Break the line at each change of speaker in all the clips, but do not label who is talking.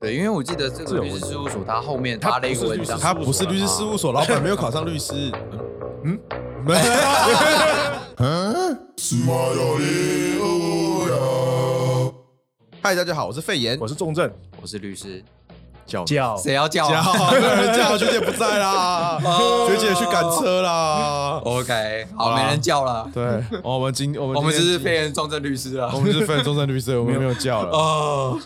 对，因为我记得这
这
个
有
律师
问题
事务所，他后面
他
发
不
了一
是
个
律
文
师
章，啊
事
他
务
不
所
是
啦
律师事务所，老板没有考上律师。嗯， 没嗯
嗨，大家好，我是肺炎
我是重症，
我是律师，
叫
叫
谁要叫
哦
叫
啊哦
叫学姐不在啦，学姐去赶车啦。
？OK，
好啊
好，
啦
没人叫了，
对，哦我们今哦我们
我们
今
只
天
是被人撞正律师
我
了。
们是非中正律师，我们没有叫了。
哦，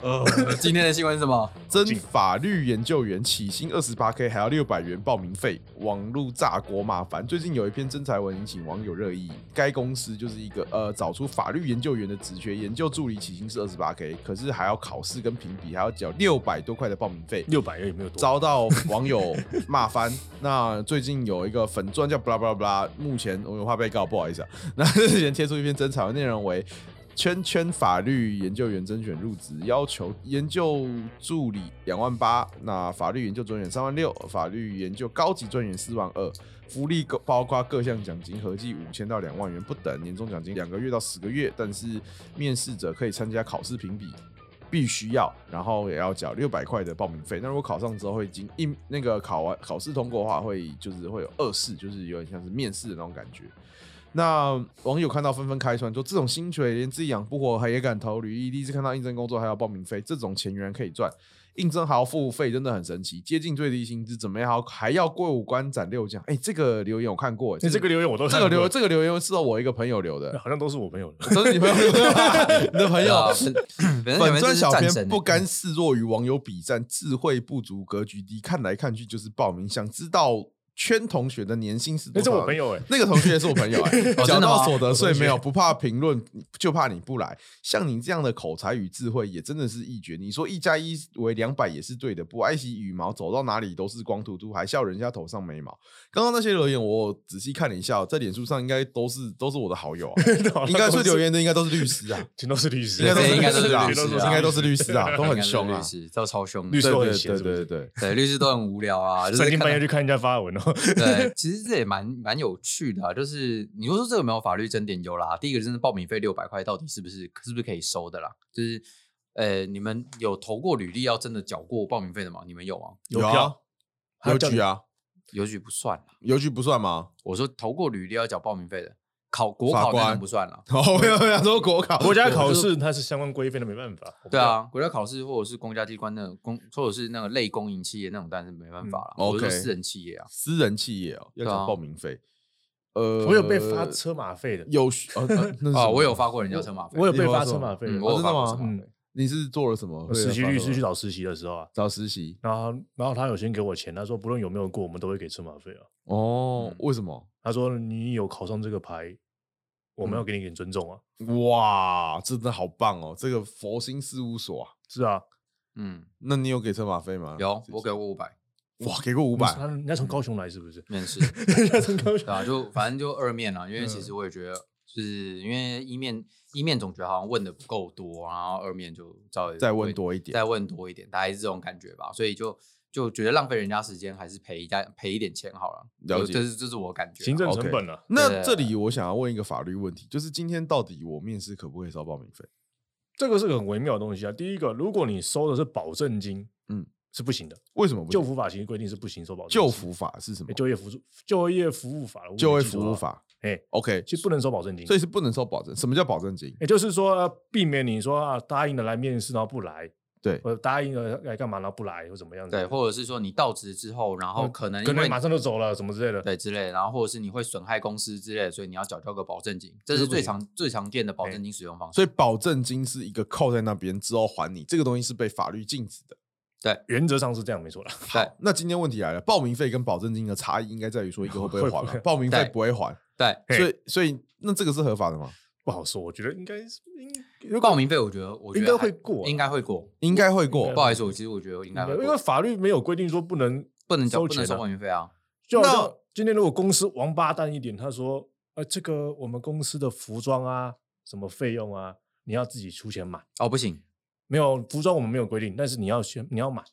今天的新闻是什么？
真法律研究员起薪二十八 k，还要六百元报名费，网路炸锅骂烦。最近有一篇真才文引起网友热议，该公司就是一个呃找出法律研究员的职缺，研究助理起薪是二十八 k，可是还要考试跟评比，还要缴六百多块的报名费。
六百也没有多，
遭到网友骂翻。那最近有一个粉钻叫“布拉布拉布拉”，目前我有怕被告，不好意思啊。 那之前贴出一篇争吵，内容为“圈圈法律研究员甄选入职，要求研究助理两万八，那法律研究专员三万六，法律研究高级专员四万二。”福利包括各项奖金合计五千到两万元不等，年终奖金两个月到十个月，但是面试者可以参加考试评比，必须要，然后也要缴六百块的报名费。那如果考上之后会经一那个考完考试通过的话，会就是会有二试，就是有点像是面试的那种感觉。那网友看到纷纷开穿，说这种薪水连自己养不活还也敢投履历，第一次看到应征工作还要报名费，这种钱原来可以赚，应征还要付费，真的很神奇。接近最低薪资，怎么样还要还要过五关斩六将？哎、这个留言我看过、
你这个留言我都
这
看
个
过
留这个留言是我一个朋友留的，
好像都是我朋友的，
都是你朋友留的吗，你的朋友。
啊粉粉
本专
钻
小编
欸
不
嗯
甘示弱于网友比战，智慧不足，格局低，看来看去就是报名。想知道圈同学的年薪是
那
多
是
少？
我朋友哎，
那个同学也是我朋 友、欸，
哦
缴
真的
到
吗
所得税没有，不怕评论，就怕你不来。像你这样的口才与智慧，也真的是一绝。你说一加一为两百也是对的，不爱惜羽毛，走到哪里都是光秃秃，还笑人家头上没毛。刚刚那些留言，我仔细看了一下，在脸书上应该都是都是我的好友、啊， 应该说留言的应该都是律师啊，
全都是律师，
应该都是
应该
律师啊，
律师啊
应该都是律师啊， 都
都
很凶啊
律。师都超凶的，
律师
对
都
对
很闲
对
是不
对
是
对，
对律师都很无聊啊，就是
三更
看
半夜
到
去看人家发文 哦。
对，其实这也蛮蛮有趣的、啊，就是你如果说这有没有法律争点有啦，第一个真的报名费六百块到底是不是是不是可以收的啦？就是呃，你们有投过履历要真的缴过报名费的吗？你们有吗？
邮
啊
票还
邮
有叫你
局啊，
邮局不算啦，
邮局不算吗？
我说投过履历要缴报名费的，考国
法
考当
官
然不算了。
哦，我有想说国考，
国家考试它是相关规范的，没办法。我不
对啊，国家考试或者是公家机关那种公，或者是那个类公营企业那种，当然是没办法了。
嗯
我是说
OK
私人企业啊，
私人企业哦，要
对
缴
啊
报名费。
知
呃，
道，我有被发车马费的，
有需呃呃那是
啊，
什么
我有发过人家车马费，
我有被发车马费的
嗯，我有
哦真的
发过
吗
车马费
嗯。
你是做了什么？
我实习律师去
找
找实习的时候啊，
找实习
然后然后他有先给我钱，他说不论有没有过，我们都会给车马费啊。
哦
嗯？
为什么？
他说你有考上这个牌，我
嗯
们要给你一点尊重啊。
哇，真的好棒哦！这个佛心事务所啊，
是啊，
嗯，
那你有给车马费吗？
有，我给过五百？
哇，给过五
五
百
他人家从高雄来是不是
面 试。
人家从高雄
对啊，就反正就二面啊啦，因为
嗯
其实我也觉得，就是因为一面一面总觉得好像问的不够多，然后二面就稍微
再问
会
多一点
再问多一点，大概是这种感觉吧。所以就就觉得浪费人家时间，还是赔一家赔一点钱好了。
了
就
解
这是这是我感觉啦。
行政
OK
成本啊，
那这里我想要问一个法律问题，就是今天到底我面试可不可以收报名费？
这个是个很微妙的东西啊。第一个，如果你收的是保证金，
嗯
嗯，是不行的。
为什么不
救
行？
服法其实规定是不行收保证金
救服法是什么
欸？就业服就业服务法，我
就
没
业
记错
服务
的话，
法
哎，
，OK，
其实不能收保证金，
所以是不能收保证。什么叫保证金？
也就是说，呃避免你说啊答应了来面试然后不来，
对
或者答应了来干嘛然后不来或怎么样子，
对，或者是说你到职之后，然后
嗯
可能
可
因
能
为
马上就走了什么之类的。
对之类的，然后或者是你会损害公司之类的，所以你要缴交个保证金，这
这
是
是不
最
行
常最常见的保
哎
证金使用方式。
所以保证金是一个扣在那边之后还你，这个东西是被法律禁止的。
原则上是这样没错啦，
对
那今天问题来了，报名费跟保证金的差异应该在于说一个会不会还
会
嘛？
不会
报名费
对
不会还，
对，
嘿
所以所以那这个是合法的吗？
不好说。我觉得应该是应
报名费我觉得我觉
应
得
该
还
会过啊
应该会过。
应该会过
应
不。好意思，我其实我觉得我应该会
因
过
为法律没有规定说不能
不能交
收
不能
钱
收
啊
保运费啊。
就好
那
像今天如果公司王八蛋一点，他说呃这个我们公司的服装啊什么费用啊你要自己出钱买，
哦，不行，
没有服装我们没有规定，但是你要先你要买，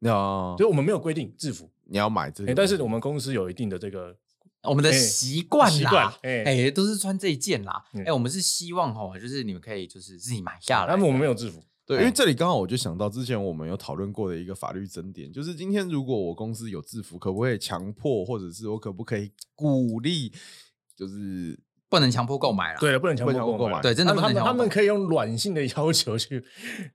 那
所以我们没有规定制服，
哦你要买这
哎、
个，
但是我们公司有一定的这个
我们的
哎
习惯
习惯
啦，，
哎、
哎，都是穿这一件啦。
嗯
哎，我们是希望吼，就是你们可以就是自己买下来。
但是我们没有制服，
对，
哎
因为这里刚好我就想到之前我们有讨论过的一个法律争点，就是今天如果我公司有制服，可不可以强迫，或者是我可不可以鼓励，就是
不能强迫购买啦。
对了，不能强
不能强
迫
迫购
买
买。
对真的
他
哎不能强
他们
迫
他们
购买
可以用软性的要求去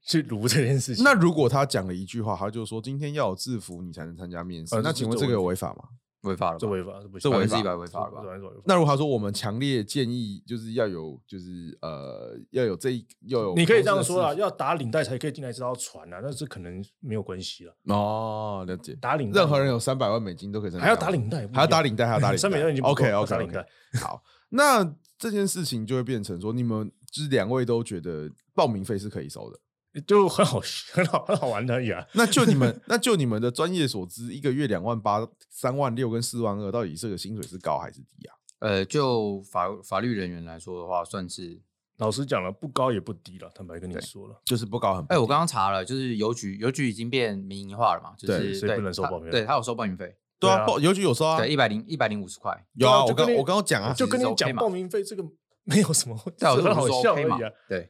去撸这件事情。
那如果他讲了一句话，他就说今天要有制服你才能参加面试，
呃
那
这是
请问
这
这个
违
有违法吗？
违法了吧
这？违法，这不
这
行，
违
百分
法
之一百违法了吧？
那如果他说我们强烈建议，就是要有，就是呃，要有这一要有，
你可以这样说啦，要打领带才可以进来这艘船啊，那这可能没有关系了。
哦，了解。
打领带，
任何人有三百万美金都可以参加，
还要打领带，
啊还要打领带，还要打领带，
三百万已经
OK OK
打领带。
好，那这件事情就会变成说，你们就是两位都觉得报名费是可以收的。
就很好， 很好，很好玩而已啊。
那就 你们，那就你们的专业所知，一个月两万八、三万六跟四万二，到底这个薪水是高还是低啊？
呃，就法法律人员来说的话，算是
老实讲了，不高也不低了，坦白跟你
对
说了，
就是不高很。
哎、我刚刚查了，就是邮局邮局已经变民营化了嘛，就
对
是
所以不能收
它
报名费
对，他有收报名费，
对
对啊，
啊
报邮局有收啊，
对，一百零一百零五十块，
有啊。
对啊
我
就跟
刚
那
我刚刚讲啊
就跟你
其实是
讲
OK 嘛
报名费这个没有什么， 只
在我
是
这
很
里
好
说
笑而
OK 嘛
已啊。，
对，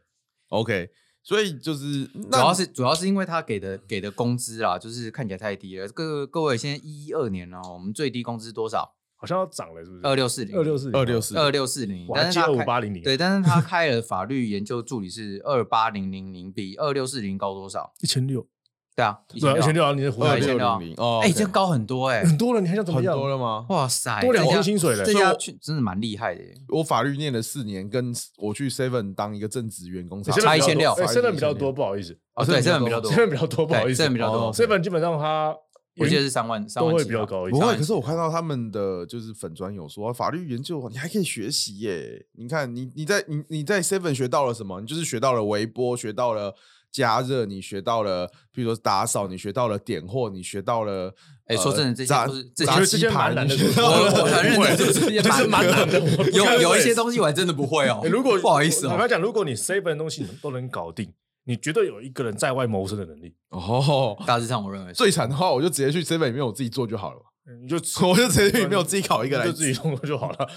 ，OK。所以就是
主
那
要是主要是因为他给的给的工资啦，就是看起来太低了。各各位，现在一一二年了，哦我们最低工资多少？
好像要涨了，是不是？
二六四零，
二六四
二六，四
二六四零，
我还
但
记
是他
得五
开
八零零，
对，但是他开了法律研究助理是二八零零零，比二六四零高多少？
一千六，
对啊，
对啊，一千
六，
六啊，你的活
对
二
一千
六
六
零零哦，
哎，
OK
这高很多 哎，
很多了，你还想怎么
很
样？
多了吗？
哇塞，
多两
这家
份薪水嘞
这家去真的蛮厉害的耶。
我法律念了四年，跟我去 Seven 当一个正职员工，
差一千六
哎，seven 比较多，不好意思
哦，对，这
这
本
本
比较多，
，seven 比较多，不好意思
这本比较多
哦，
，seven 基本上它
我记得是三万，三
都
万
会
起
比较
吧。
高一
不
点。
会，可是我看到他们的就是粉专有说法律研究，你还可以学习耶。你看，你你在你你在 Seven 学到了什么？你就是学到了微波，学到了加热，你学到了，比如说打扫，你学到了点货，你学到了。
哎
呃
说真的这些
炸
都是这些
炸
都
是
鸡
些蛮
排，
难
你
的
学
东西
到
我
了
我承认这是
这是蛮难的，我。
有有一些东西我还真的不会哦
如果
不好意思哦
我坦，白讲，如果你 seven 的东西你都能搞定，你绝对有一个人在外谋生的能力，
哦。
大致上我认为是
最惨的话，我就直接去 Seven 里面我自己做就 好了嘛，
嗯你就
我就直接去里面我自己烤一个来
就
吃。
自己弄就好了。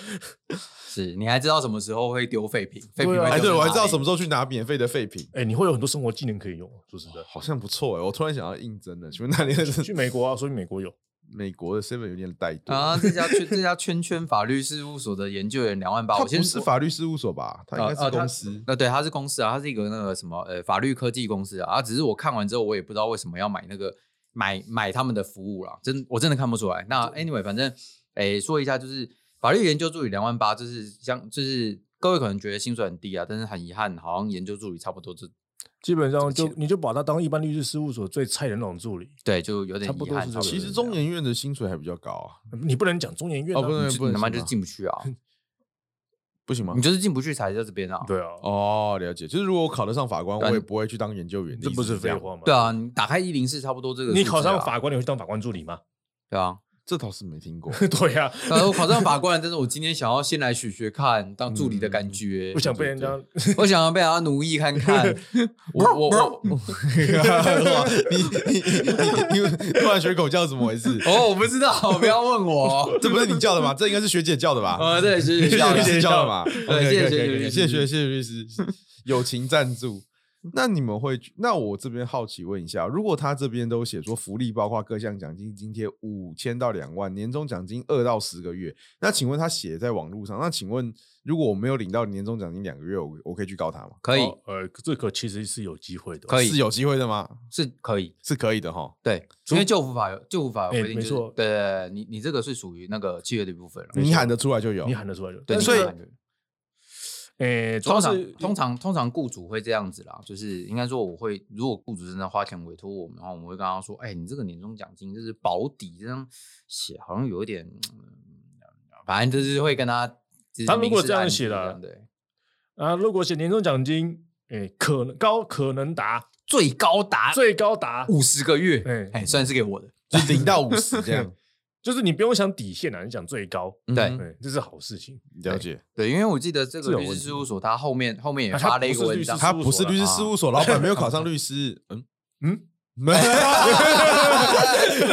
是，你还知道什么时候会丢废品？废品
对
会
啊
哎，
丢
对，
在
我还
哪
知道
里
什么时候去拿免费的废品，
哎，你会有很多生活技能可以用，说实 在。
好像不错哎、我突然想要应征了。请问那里的
去美国啊，所以美国有，
美国的 Seven 有点怠惰
啊，这家圈这家圈圈法律事务所的研究员两万八，
它
我先
不是
说
法律事务所吧？它应该
呃
是
呃它
公司。
呃，对，它是公司啊，它是一个那个什么呃法律科技公司啊。啊只是我看完之后，我也不知道为什么要买那个买买他们的服务啦，真我真的看不出来。那 anyway，反正诶说一下，就是法律研究助理两万八，就是像就是各位可能觉得薪水很低啊，但是很遗憾，好像研究助理差不多就
基本上
这
就
个
你就把它当一般律师事务所最菜的那种助理，
对，就有点
差不
遗
多
憾。
是
差不
这
多
个
其
是
实
这样
中研院的薪水还比较高啊，
嗯你不能讲中研院
哦不能
啊，
你就
能
你他妈
是
就
吗
进不去啊，
不行吗
你？就是进不去才在这边啊。
对啊，
嗯哦，了解。就是如果我考得上法官，
但
我也不会去当研究员的
这
意思样。
不是废话吗？
对，啊，你打开一零四差不多这个数字啊、
你考上法官，你会去当法官助理吗？
对啊，
这倒是没听过。
对啊呀，
呃，我考上法官了，但是我今天想要先来学学看当助理的感觉，
不嗯想被人家
我想要被他奴役看看。
我我我，你你你你突然学狗叫怎么回事？
哦，我不知道，不要问 我。
这不是你叫的吧？这应该是学姐叫的 吧？
呃，对，是
谢
这样
谢律
的
师教了 嘛？
对谢谢学姐律
谢
师
谢学谢谢律师，友情赞助。那你们会？那我这边好奇问一下，如果他这边都写说福利包括各项奖金津贴五千到两万，年终奖金二到十个月，那请问他写在网络上，那请问如果我没有领到年终奖金两个月，我我可以去告他吗？
可以
哦，呃，这个其实是有机会的，
可以
是有机会的吗？
是可以，
是可以的哈。
对，因为救扶法有救扶法有
哎
规定，就
没
是
错
对对，对你你这个是属于那个契约的一部分了。
你喊得出来就有
你。喊得出来就
对，
但
你
是
所以
喊的
诶，主要
通
是
常通常通常雇主会这样子啦，就是应该说我会，如果雇主真的花钱委托我们的话，我们会跟他说，哎、你这个年终奖金就是保底，这样写好像有一点，嗯反正就是会跟他。就是
他如果
明示
这样
暗
写
示
啦
样对，
啊，如果写年终奖金，诶，可能高可能达
最高达
最高达，
五十个月，哎
哎、
算是给我的，
就零到五十这样，嗯
就是你不用想底线啊，你讲最高，
对
对，这是好事情。
了解。
对，因为我记得这
是有
个律
问
师
题
事务所，他后面后面也
啊
发
他
了一
不
个
是
文
律师
章，
事
他
务
不是
所啦
啊律师事务所，老板没有考上律师，嗯
嗯
嗯，没有。 对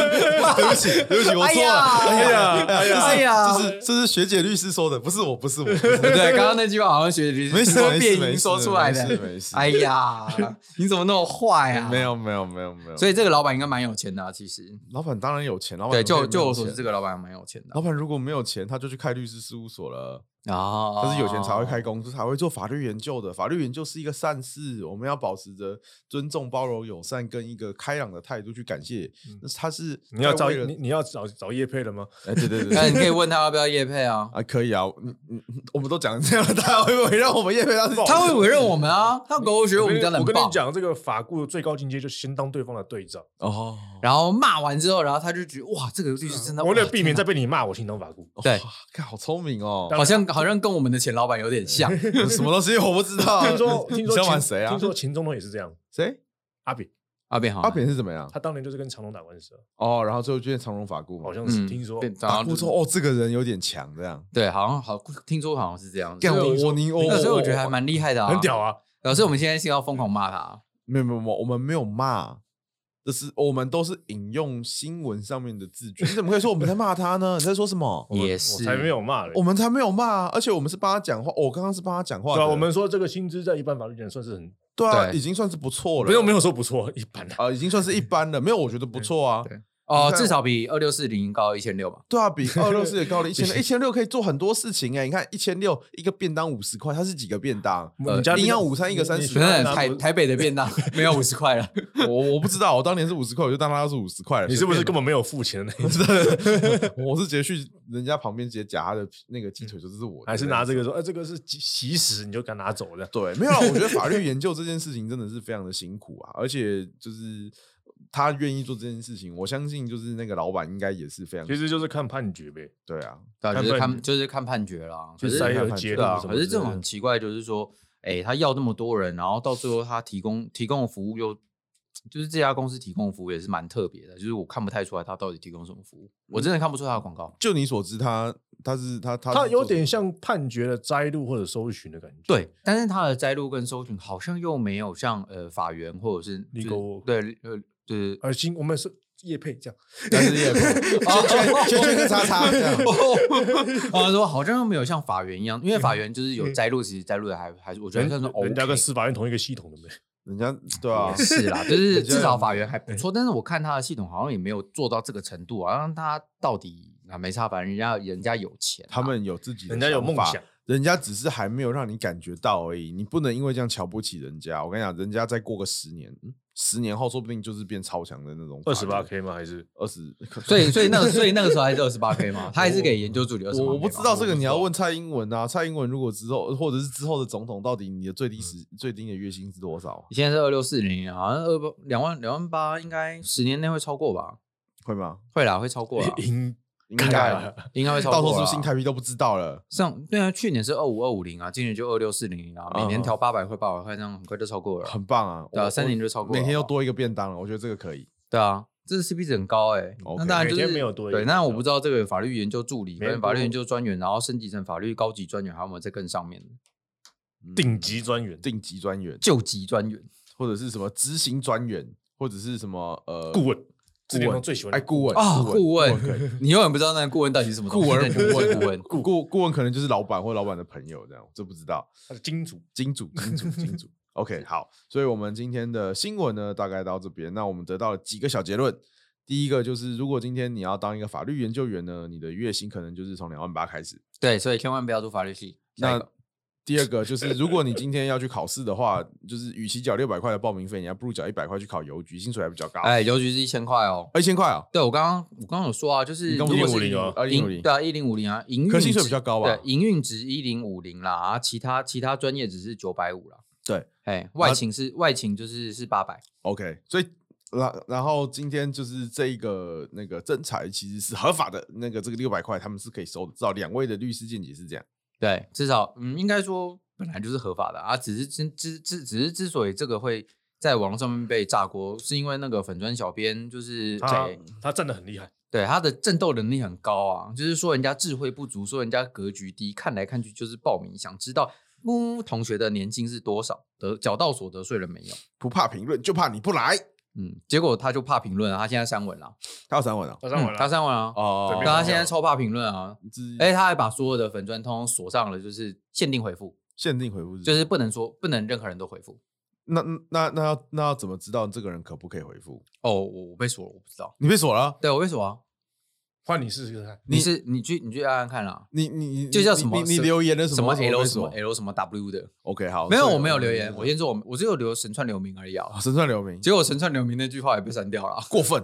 不起，对不起，我错了。
哎
哎
呀
呀，哎呀，
哎呀
这是这是学姐律师说的，不是我，不是 我。
对，刚刚那句话好像学姐
没事
说
没事
变
没
音
事
说出来
没事
的。
没事。
哎呀，你怎么那么坏啊？
没，有没有没有没有，
所以这个老板应该蛮有钱的啊，其实。
老板当然哦有钱，老板
对，
怎么
就
可以
就
没有
我所知，
钱哦
这个老板蛮有钱的
老板如果没有钱，他就去开律师事务所了。
啊，
他是有钱才会开公司，才会做法律研究的。法律研究是一个善事，我们要保持着尊重、包容、友善跟一个开朗的态度去感谢
嗯。
那他是
你要
在
找
为了
你你要找找叶配了吗？
哎，对对对
那你
对，
可以问他要不要夜配啊？
啊，可以啊，嗯嗯，嗯我们都讲这样了， 他会不会让我们叶配到自己？
他会委任我们啊，他狗血我们
跟
家的啊很
我跟
棒
你。讲，这个法顾最高境界就是先当对方的队长，
哦，
然后骂完之后，然后他就觉得哇，这个律师真的，
为了
哇
避免再
天
被你骂，我先当法顾。
哪对，
哇看好聪明哦，
好像好像跟我们的前老板有点 像。
什么东西我不知道。
听 说听说
哦你想玩
秦
谁啊
听？说秦中东也是这样，
谁？
阿炳
阿扁啊好，
阿扁是怎么样？
他当年就是跟长隆打官司了，
哦，然后最后就变长荣法顾嘛
好，像是
嗯，
听说。
变然
法
后
顾
就是
说哦，这个人有点强，这样。
对，好像好听说好像是这样。
干
所以
我
我
我你我
那所以我觉得还
我
蛮厉害的，
很屌。啊！
老师，我们现在是要疯狂骂他，啊
没有没有，我我们没有骂，这是我们都是引用新闻上面的字句。你怎么可以说我们在骂他呢？你在说什么？
我
也
我
是
才没有骂嘞
我。们才没有骂，啊而且我们是帮他讲话。哦我刚刚是帮他讲话
对
的。
啊，我们说这个薪资在一般法律人算是很，
对啊，
对
已经算是不错了。
没有没有说不错，一般啊。
啊，已经算是一般了。没有，我觉得不错啊
对。哦，
你看
至少比二六四零高一千六吧。
对啊，比二六四也高了一千六，一千六可以做很多事情哎、你看一千六一个便当五十块，它是几个便当？
呃
你家
营养午餐一个30啊
你你
真的
你
台台北的便 当没有五十块了，
我我不知道，我当年是五十块，我就当它是五十块了。
你是不是
随
根本
便
没有付 钱的那一种？
我是直接去人家旁边直接夹他的那个鸡腿，就是我的
还是
那
拿
样
这个说，哎，这个是习习食，你就敢拿走的？
对，没有啦，我觉得法律研究这件事情真的是非常的辛苦啊，而且就是他愿意做这件事情，我相信就是那个老板应该也是非常
其实就是看判决呗，
对啊，
对啊，
看
就是
判
看
决
就是看判决啦。可
就是是
看
塞
判
尔
决
结
对
论
啊，
什么
可
之类的。
是这种很奇怪，就是说，哎，他要那么多人，然后到最后他提供提供的服务又，就是这家公司提供的服务也是蛮特别的，就是我看不太出来他到底提供什么服务，我真的看不出他的广告。
就你所知他，他是他他
它
是
有
做
点像判决的摘录或者搜寻的感觉。
对，但是他的摘录跟搜寻好像又没有像呃法源或者是就是
Legal
对呃就是
而新我们是叶配这样，
但是也呃圈圈圈跟叉叉这样，
然哦后说好像又没有像法源一样，因为法源就是有摘录，其实摘录的还还是我觉得算是
哦
OK，
人家 跟司法院同一个系统的没？
人家对啊
也，是啦，就是
人家
至少法源还不错，但是我看他的系统好像也没有做到这个程度啊，让他到底啊没差，反正人家人家有钱啊、
他们有自己的
人家有
想
梦
法
想，
人家只是还没有让你感觉到而已，你不能因为这样瞧不起人家。我跟你讲，人家再过个十年，嗯十年后说不定就是变超强的那种。
二十八 K 吗？还是，
二十，
所以所以那个所以那个时候还是二十八 K 嘛，他还是给研究助理二十八。
我我不知道这个你要问蔡英文啊，蔡英文如果之后或者是之后的总统，到底你的最
嗯
低时、最低的月薪是多少？
你现在是二六四零，好像二八两万两万八，应该十年内会超过吧？
会吗？
会啦，会超过
啊
啦
应
应
该
该
啊
啊，
应该会超
到
过
时
啦。
候是不是新台币都不知道了？
上对啊，去年是二五二五零啊，今年就二六四零啊，每年调八百块八百块，这样很快就超过了。
很棒啊！
对啊
我
三年就超过了
每天又
好不好
多一个便当了，我觉得这个可以。
对啊，这是 CP 值很高哎、
嗯 OK
那当然就
每
是
天没有多一个
对，那我不知道这个法律研究助理
没有
跟
多
法律研究专员，然后升级成法律高级专员，还有没有在更上面的
嗯
顶级专员，
顶级专员，
救急专员？
或者是什么执行专员，或者是什么呃
顾问，这联盟最喜欢的
哎顾问
啊顾问
可以
你永远不知道那个顾问到底是什么东西
顾而
但你就是
不问
顾问。
顾顾顾问可能就是老板或老板的朋友这样，这不知道。
他是金主。
金主，金主，金主。OK，好，所以我们今天的新闻呢，大概到这边。那我们得到了几个小结论。第一个就是，如果今天你要当一个法律研究员呢，你的月薪可能就是从两万八开始。
对，所以千万不要读法律系。下一
那
个
第二个就是，如果你今天要去考试的话，就是与其缴六百块的报名费，你还不如缴一百块去考邮局，薪水还比较高。
哎，邮局是一千块哦。
一千块啊，
对，我刚刚我刚刚有说啊，就是
你
如
跟
果
我
是
说
150啊
二零五零
营对，啊，一零五零啊，营运
可是薪水
值
比较高吧
对，营运值一零五零啦，啊，其他其他专业只是九百五啦。
对，
哎，外勤是外勤就是是八百，
OK，所以然然后今天就是这一个那个征才其实是合法的，那个这个六百块他们是可以收的，至少两位的律师见解是这样。
对，至少嗯，应该说本来就是合法的啊，只是之之之只是之所以这个会在网络上面被炸锅，是因为那个粉砖小编就是
他
哎
他站得很厉
嗯
害，
对他的战斗能力很高啊，就是说人家智慧不足，说人家格局低，看来看去就是报名想知道。嗯木木同学的年薪是多少？得缴到所得税了没有？
不怕评论，就怕你不来。
嗯，结果他就怕评论啊，他现在删文了，
他有三文啊？
早上
嗯
完
他
了，
删文啊，
哦
但
对没
他
有
现在超怕评论啊，
是
哎，他还把所有的粉砖通通锁上了，就是限定回复，
限定回复
就是是不能说不能任何人都回复。
那那那要那要怎么知道这个人可不可以回复？
哦，我我被锁了，我不知道。
你被锁了啊，
对，我被锁啊。
换你试试看。
你是你去你去按按看啦，
你你你
就叫什么
你你
什
留言的
什么
什
L
被
什么
锁
L 什么 W 的，
？OK，好，
没有，
这个
我没有留言。
嗯
我先说，我我只有留神串留名而已啊
啊。神算留名，
结果神串留名那句话也被删掉 了，
过分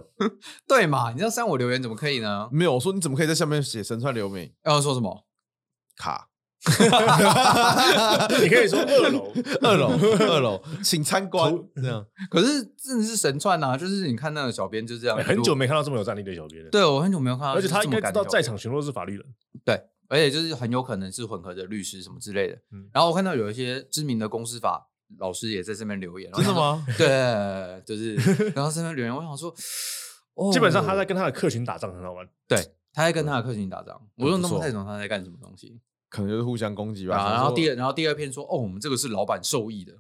对嘛？你要删我留言怎么可以呢？
没有？我说你怎么可以在下面写神算留名
要说什么？
卡？
你可以说二 楼，
二楼二楼，请参观
头
这样。
可是真的是神串呐、啊，就是你看那个小编就这样、
哎很久，没看到这么有战力的小别人，
对我很久没
啊
有看到，
而且他应该知道在
场，
场全都是法律人，
对，而且就是很有可能是混合的律师什么之类的。
嗯
然后我看到有一些知名的公司法老师也在这边留言，
真的
然后
吗？
他说？ 对， 就是然后这边留言，我想说，哦，
基本上他在跟他的客群打仗，很好玩。
对他在跟他的客群打仗，我
嗯
都弄不太懂他在干什么东西。
可能就是互相攻击吧。
啊，然后第
二，
二，然后第二篇说，哦，我们这个是老板受益的，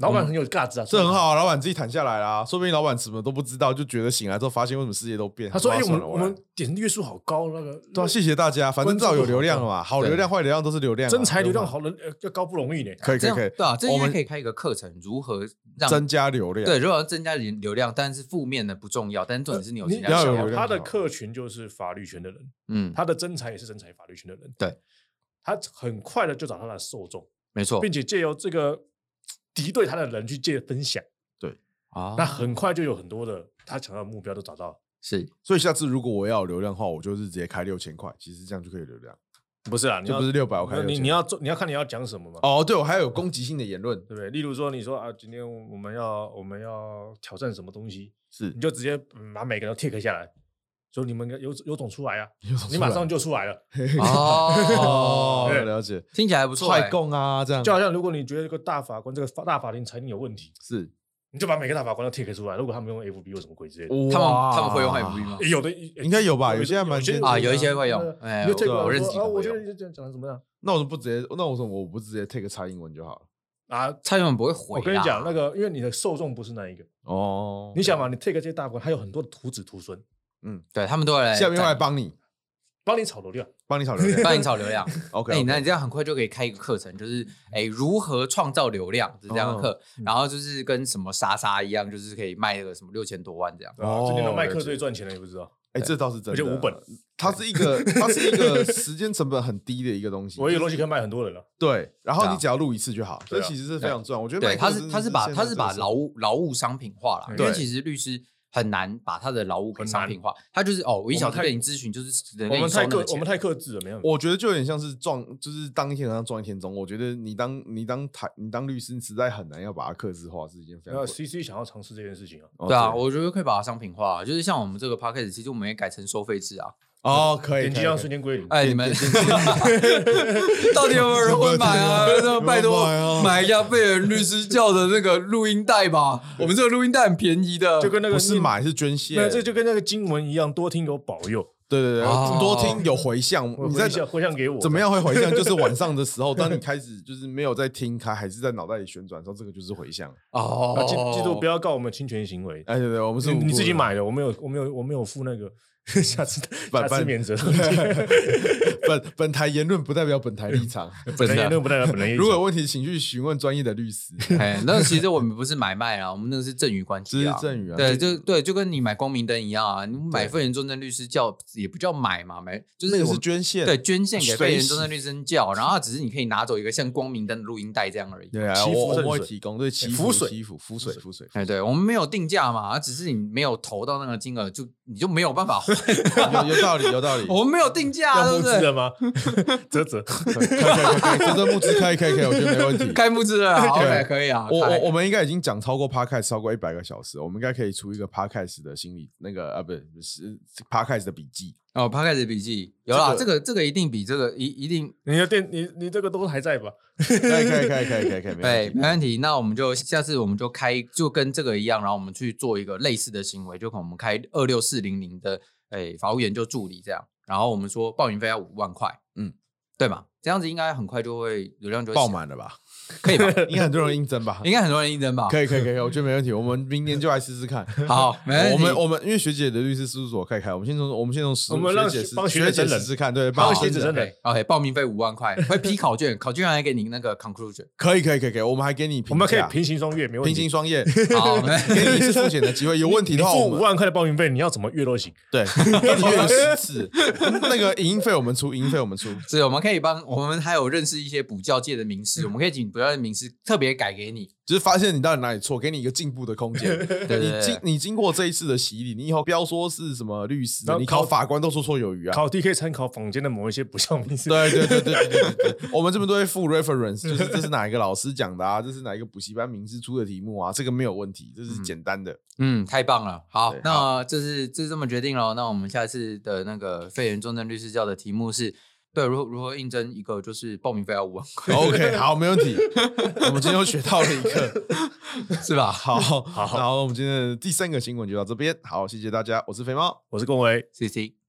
老板很有价值啊，
这很好啊，老板自己谈下来啦。说不定老板什么都不知道，就觉得醒来之后发现为什么世界都变。
他说：“哎、
哎，
我们我们点阅数好高，那个
对啊，谢谢大家，反
关
正至
注
少有
度
流
好
量了
高
嘛，好流
对
量、坏流量都是流量啊，
真才流量
对吧，
好人呃要高不容易呢。
可以
这样
可以可以，
对啊，这
我
应该
们
可以开一个课程，如何让
增加流量。
对，如何增加流流量，但是负面的不重要，但是重点是你有增
你
加
呃要
流
有
量
流量
他的客群就是法律圈的人，
嗯，
他的真才也是真才法律圈的人。
对，
他很快的就找到他的受众，
没错
并且借由这个敌对他的人去借分享，
啊
那很快就有很多的他想要的目标都找到。
是
所以下次如果我要有流量的话，我就是直接开六千块，其实这样就可以有流量，
不是啊，你
就
要
不是六百，我开
你
6000
你要做你要看你要讲什么嘛。
哦，对，我还有攻击性的言论，
对不对？例如说，你说啊，今天我们要我们要挑战什么东西，
是
你就直接嗯把每个人都 tick 下来，说你们有有种出来啊，
有种
你
哦出
马
来
上就出来了。
哦
哦，
对哎
了解，
听起来还不错欸，
踹供啊，这样
就好像如果你觉得这个大法官这个法大法庭裁定有问题，
是
你就把每个大法官都 tick 出来。如果他们用 FB 有什么鬼之类的，
他们
哇哎
他们会用 FB 吗？
诶有的应
应该有吧有些还蛮先进
啊有一些会用哎
就
我
tick
我
认识几
啊，
个会
我觉得
用
你这样讲的怎么样
那我怎么不直接？那我怎么我不直接 take 蔡英文就好了？
啊？
蔡英文不会回。
我跟你讲，那，个因为你的受众不是那一个，
哦
你想嘛，你 tick 这些大法官，还有很多的徒子徒孙
对他们都会来
下面会来
赞
帮你，
帮你炒流量，
帮你炒流量。
帮你炒流 量。
OK，
哎、那你这样很快就可以开一个课程，就是哎、如何创造流量是这样的课，
哦嗯
然后就是跟什么莎莎一样，就是可以卖那个什么六千多万这样。
对吧
哦
这年的麦克
了解
最赚钱了，你不知道？
哎，这倒是真
而
的。
且五本，
它是一个，它是一个时间成本很低的一个东 西。
我有东西可以卖很多人了。
对，然后
对
你
啊
只要录一次就好，这
对啊
其实是非常赚。我觉得
对，
麦克
他
真
是
的
他是把
现在
他是把
这个
劳务劳务商品化了，因
对
为其实律师很难把他的劳务给
很
商
难
品化，他就是哦，我一
我
小
们
时
太
跟你咨询就是只能
我
跟你
们
收
太
那
克
个，
我
钱
们。太克制了，没有。
我觉得就有点像是撞，就是当一天晚上撞一天钟。我觉得你当你当台你当律师，你实在很难要把它克制化，是一件非
然后
常
CC 想要尝试这件事情啊，
哦
对啊，我觉得可以把它商品化，啊就是像我们这个 p a c k a g e 其实我们也改成收费制啊。
哦可以，
点击
可以
量
可以
瞬间归零。
哎，你们 到底有没有人会买啊？那拜托
买啊
买一下贝尔律师教的那个录音带吧，我们这个录音带很便宜的，
就跟那个
不是
念，
买是捐献，
那这就跟那个经文一样，多听有保佑，
对对对，
哦
多听有回向。
回
你在
向回向给我
怎么样会回 向？就是晚上的时候，当你开始就是没有在听开，还是在脑袋里旋转的时候，这个就是回向。
哦
啊，记记住不要告我们侵权行为。
哎，对对，我们是
你
无
你
辜
自己
的，
买的，我没有，我没有，我没有付那个， 下次
拜
下次免责。
本本台言论不代表本台 立场。
本人言论不代表本人意见。
啊如果有问题，请去询问专业的律 师。
啊
哎，那其实我们不是买卖啊，我们那个是赠与关系啊
这是。赠与啊
对，就对，就跟你买光明灯一样啊，你买废人中正律师教也不叫买嘛，买就是
那个
我
是
们
捐献，
对捐献给
随
废人
喜
中正律师教，然后 只是你可以拿走一个像光明灯的录音带这样而已。
对啊，
祈
我
福
我
圣
们会
水
提供对祈
福
福
哎水
祈福福 水福水，
哎，对，我们没有定价嘛，只是你没有投到那个金额，就你就没有办法换。
有有道理有道理。
我们没有定价，啊对
要募
不
资
对
的？吗？啧 啧，
可以可以可以，这这募资可以可以可以，我觉得没 问题。
开幕制了
对
，OK，可以啊。
我
开
我我们应该已经讲超过 podcast 超过一百个小时，我们应该可以出一个 podcast 的心理那个啊，不是是 podcast 的笔记。
哦 p 开始笔记有啦，这个这个一定比这个一一定
你的店，你你这个都还在吧？
可以可以可以可以可以可以，没
对，
问题
没问题。那我们就下次我们就开，就跟这个一样，然后我们去做一个类似的行为，就可能我们开二六四零零的诶、法务研究助理这样，然后我们说报名费要五万块，
嗯
嗯，对嘛？这样子应该很快就会流量就会
爆
起来，
满了吧？
可以吧？
应该很多人应征吧？
应该很多人应征吧？
可以可以可以，我觉得没问题。我们明年就来试试看。
好，没问题。
我们我们因为学姐的律师事务所开开，我们先从我们先从实
我们让
学姐试
帮学
学
姐
姐
真
试
人
试看，对，
帮
帮
学姐
真人
真人
OK OK，报名费五万块，会批考卷，考卷还给你那个 conclusion。
可以可以可以可以，我们还给你
我们可以
评价
平行双月，没问
啊平
题
行。双业，
好，我们
给你一次付钱的机会。有问题
你
的话，
付
我
五
们
万块的报名费，你要怎么月都行。
对， 给你约十次。那个影音费我们出，影音费我们出。
是，我们可以帮我们还有认识一些补教界的名
嗯
师，我们可以请补教界的名师特别改给你。
就是发现你到底哪里错，给你一个进步的空 间。
对对
你经
对
你经过这一次的洗礼，你以后不要说是什么律师
然，后
你考
考
法官都绰绰有余啊。
考题可以参考坊间的某一些不像名词。
对对对对对对对对，我们这边都会附 reference，就是这是哪一个老师讲的啊，这是哪一个补习班名师出的题目啊，这个没有问题，这是
嗯
简单的。
嗯，太棒了。好
对，
那这是这是这么决定了。那我们下次的那个肺炎重症律师教的题目是，对，如何如何应征一个就是报名费要五万块，
OK，好，没问题。我们今天又学到了一课，
是吧？
好，好，然后我们今天的第三个新闻就到这边，好，谢谢大家，我是肥猫。
我是龚维，
，C C。